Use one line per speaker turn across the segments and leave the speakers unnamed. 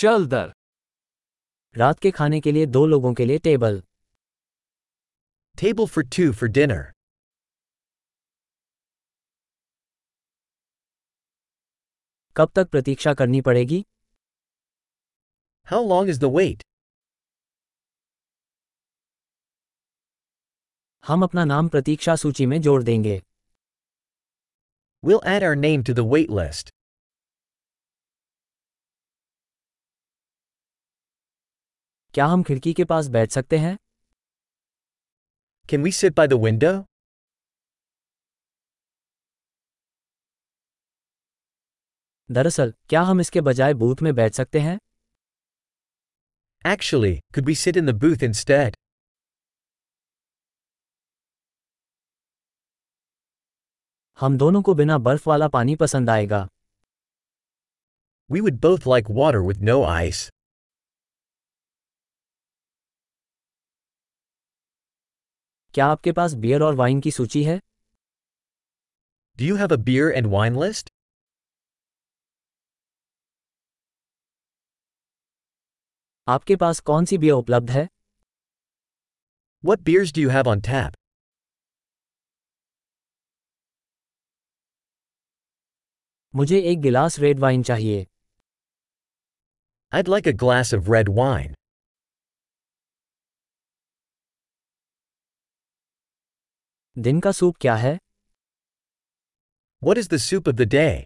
चल दर
रात के खाने के लिए दो लोगों के लिए table
Table for two for dinner.
कब तक प्रतीक्षा करनी पड़ेगी
How long is the wait?
हम अपना नाम प्रतीक्षा सूची में जोड़ देंगे
We'll add our name to the wait list.
क्या हम खिड़की के पास बैठ सकते हैं
Can we sit by the window?
दरअसल क्या हम इसके बजाय बूथ में बैठ सकते हैं
Actually, could we sit in the booth instead?
हम दोनों को बिना बर्फ वाला पानी पसंद आएगा
We would both like water with no ice.
क्या आपके पास बियर और वाइन की सूची है
Do you have a beer and wine list?
आपके पास कौन सी बियर उपलब्ध है
What beers do you have on tap?
मुझे एक गिलास रेड वाइन चाहिए
I'd like a glass of red wine.
दिन का सूप क्या है
What is the soup of the day?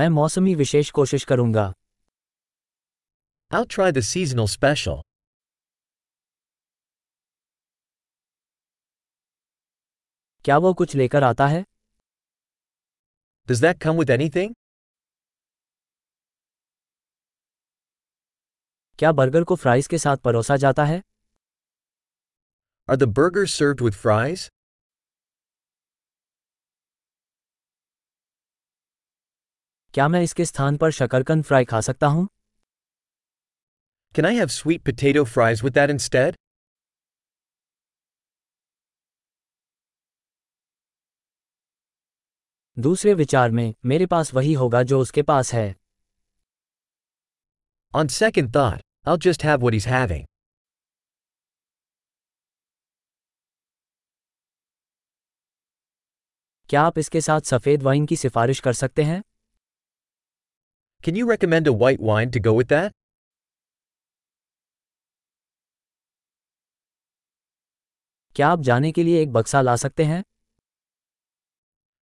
मैं मौसमी विशेष कोशिश करूंगा
I'll try the seasonal special.
क्या वो कुछ लेकर आता है
Does that come with anything?
क्या बर्गर को फ्राइज के साथ परोसा जाता है
Are the burgers served with fries?
क्या मैं इसके स्थान पर शकरकंद फ्राई खा सकता हूँ
Can I have sweet potato fries with that instead?
दूसरे विचार में मेरे पास वही होगा जो उसके पास है
On second thought, I'll just have what he's having.
क्या आप इसके साथ सफ़ेद वाइन की सिफारिश कर सकते हैं
Can you recommend a white wine to go with that?
क्या आप जाने के लिए एक बक्सा ला सकते हैं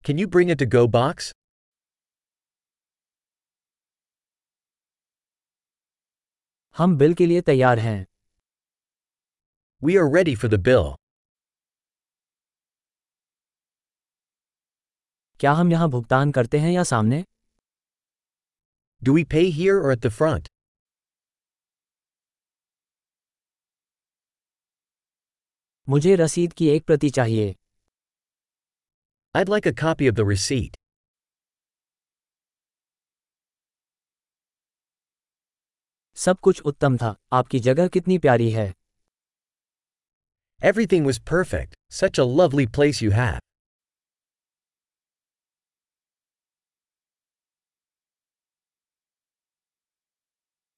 Can you bring a to go box?
हम बिल के लिए तैयार हैं
We are ready for the bill.
क्या हम यहाँ भुगतान करते हैं या सामने
Do we pay here or at the front?
मुझे रसीद की एक प्रति चाहिए
I'd like a copy of the receipt.
सब कुछ उत्तम था आपकी जगह कितनी प्यारी है
Everything was perfect, such a lovely place you have.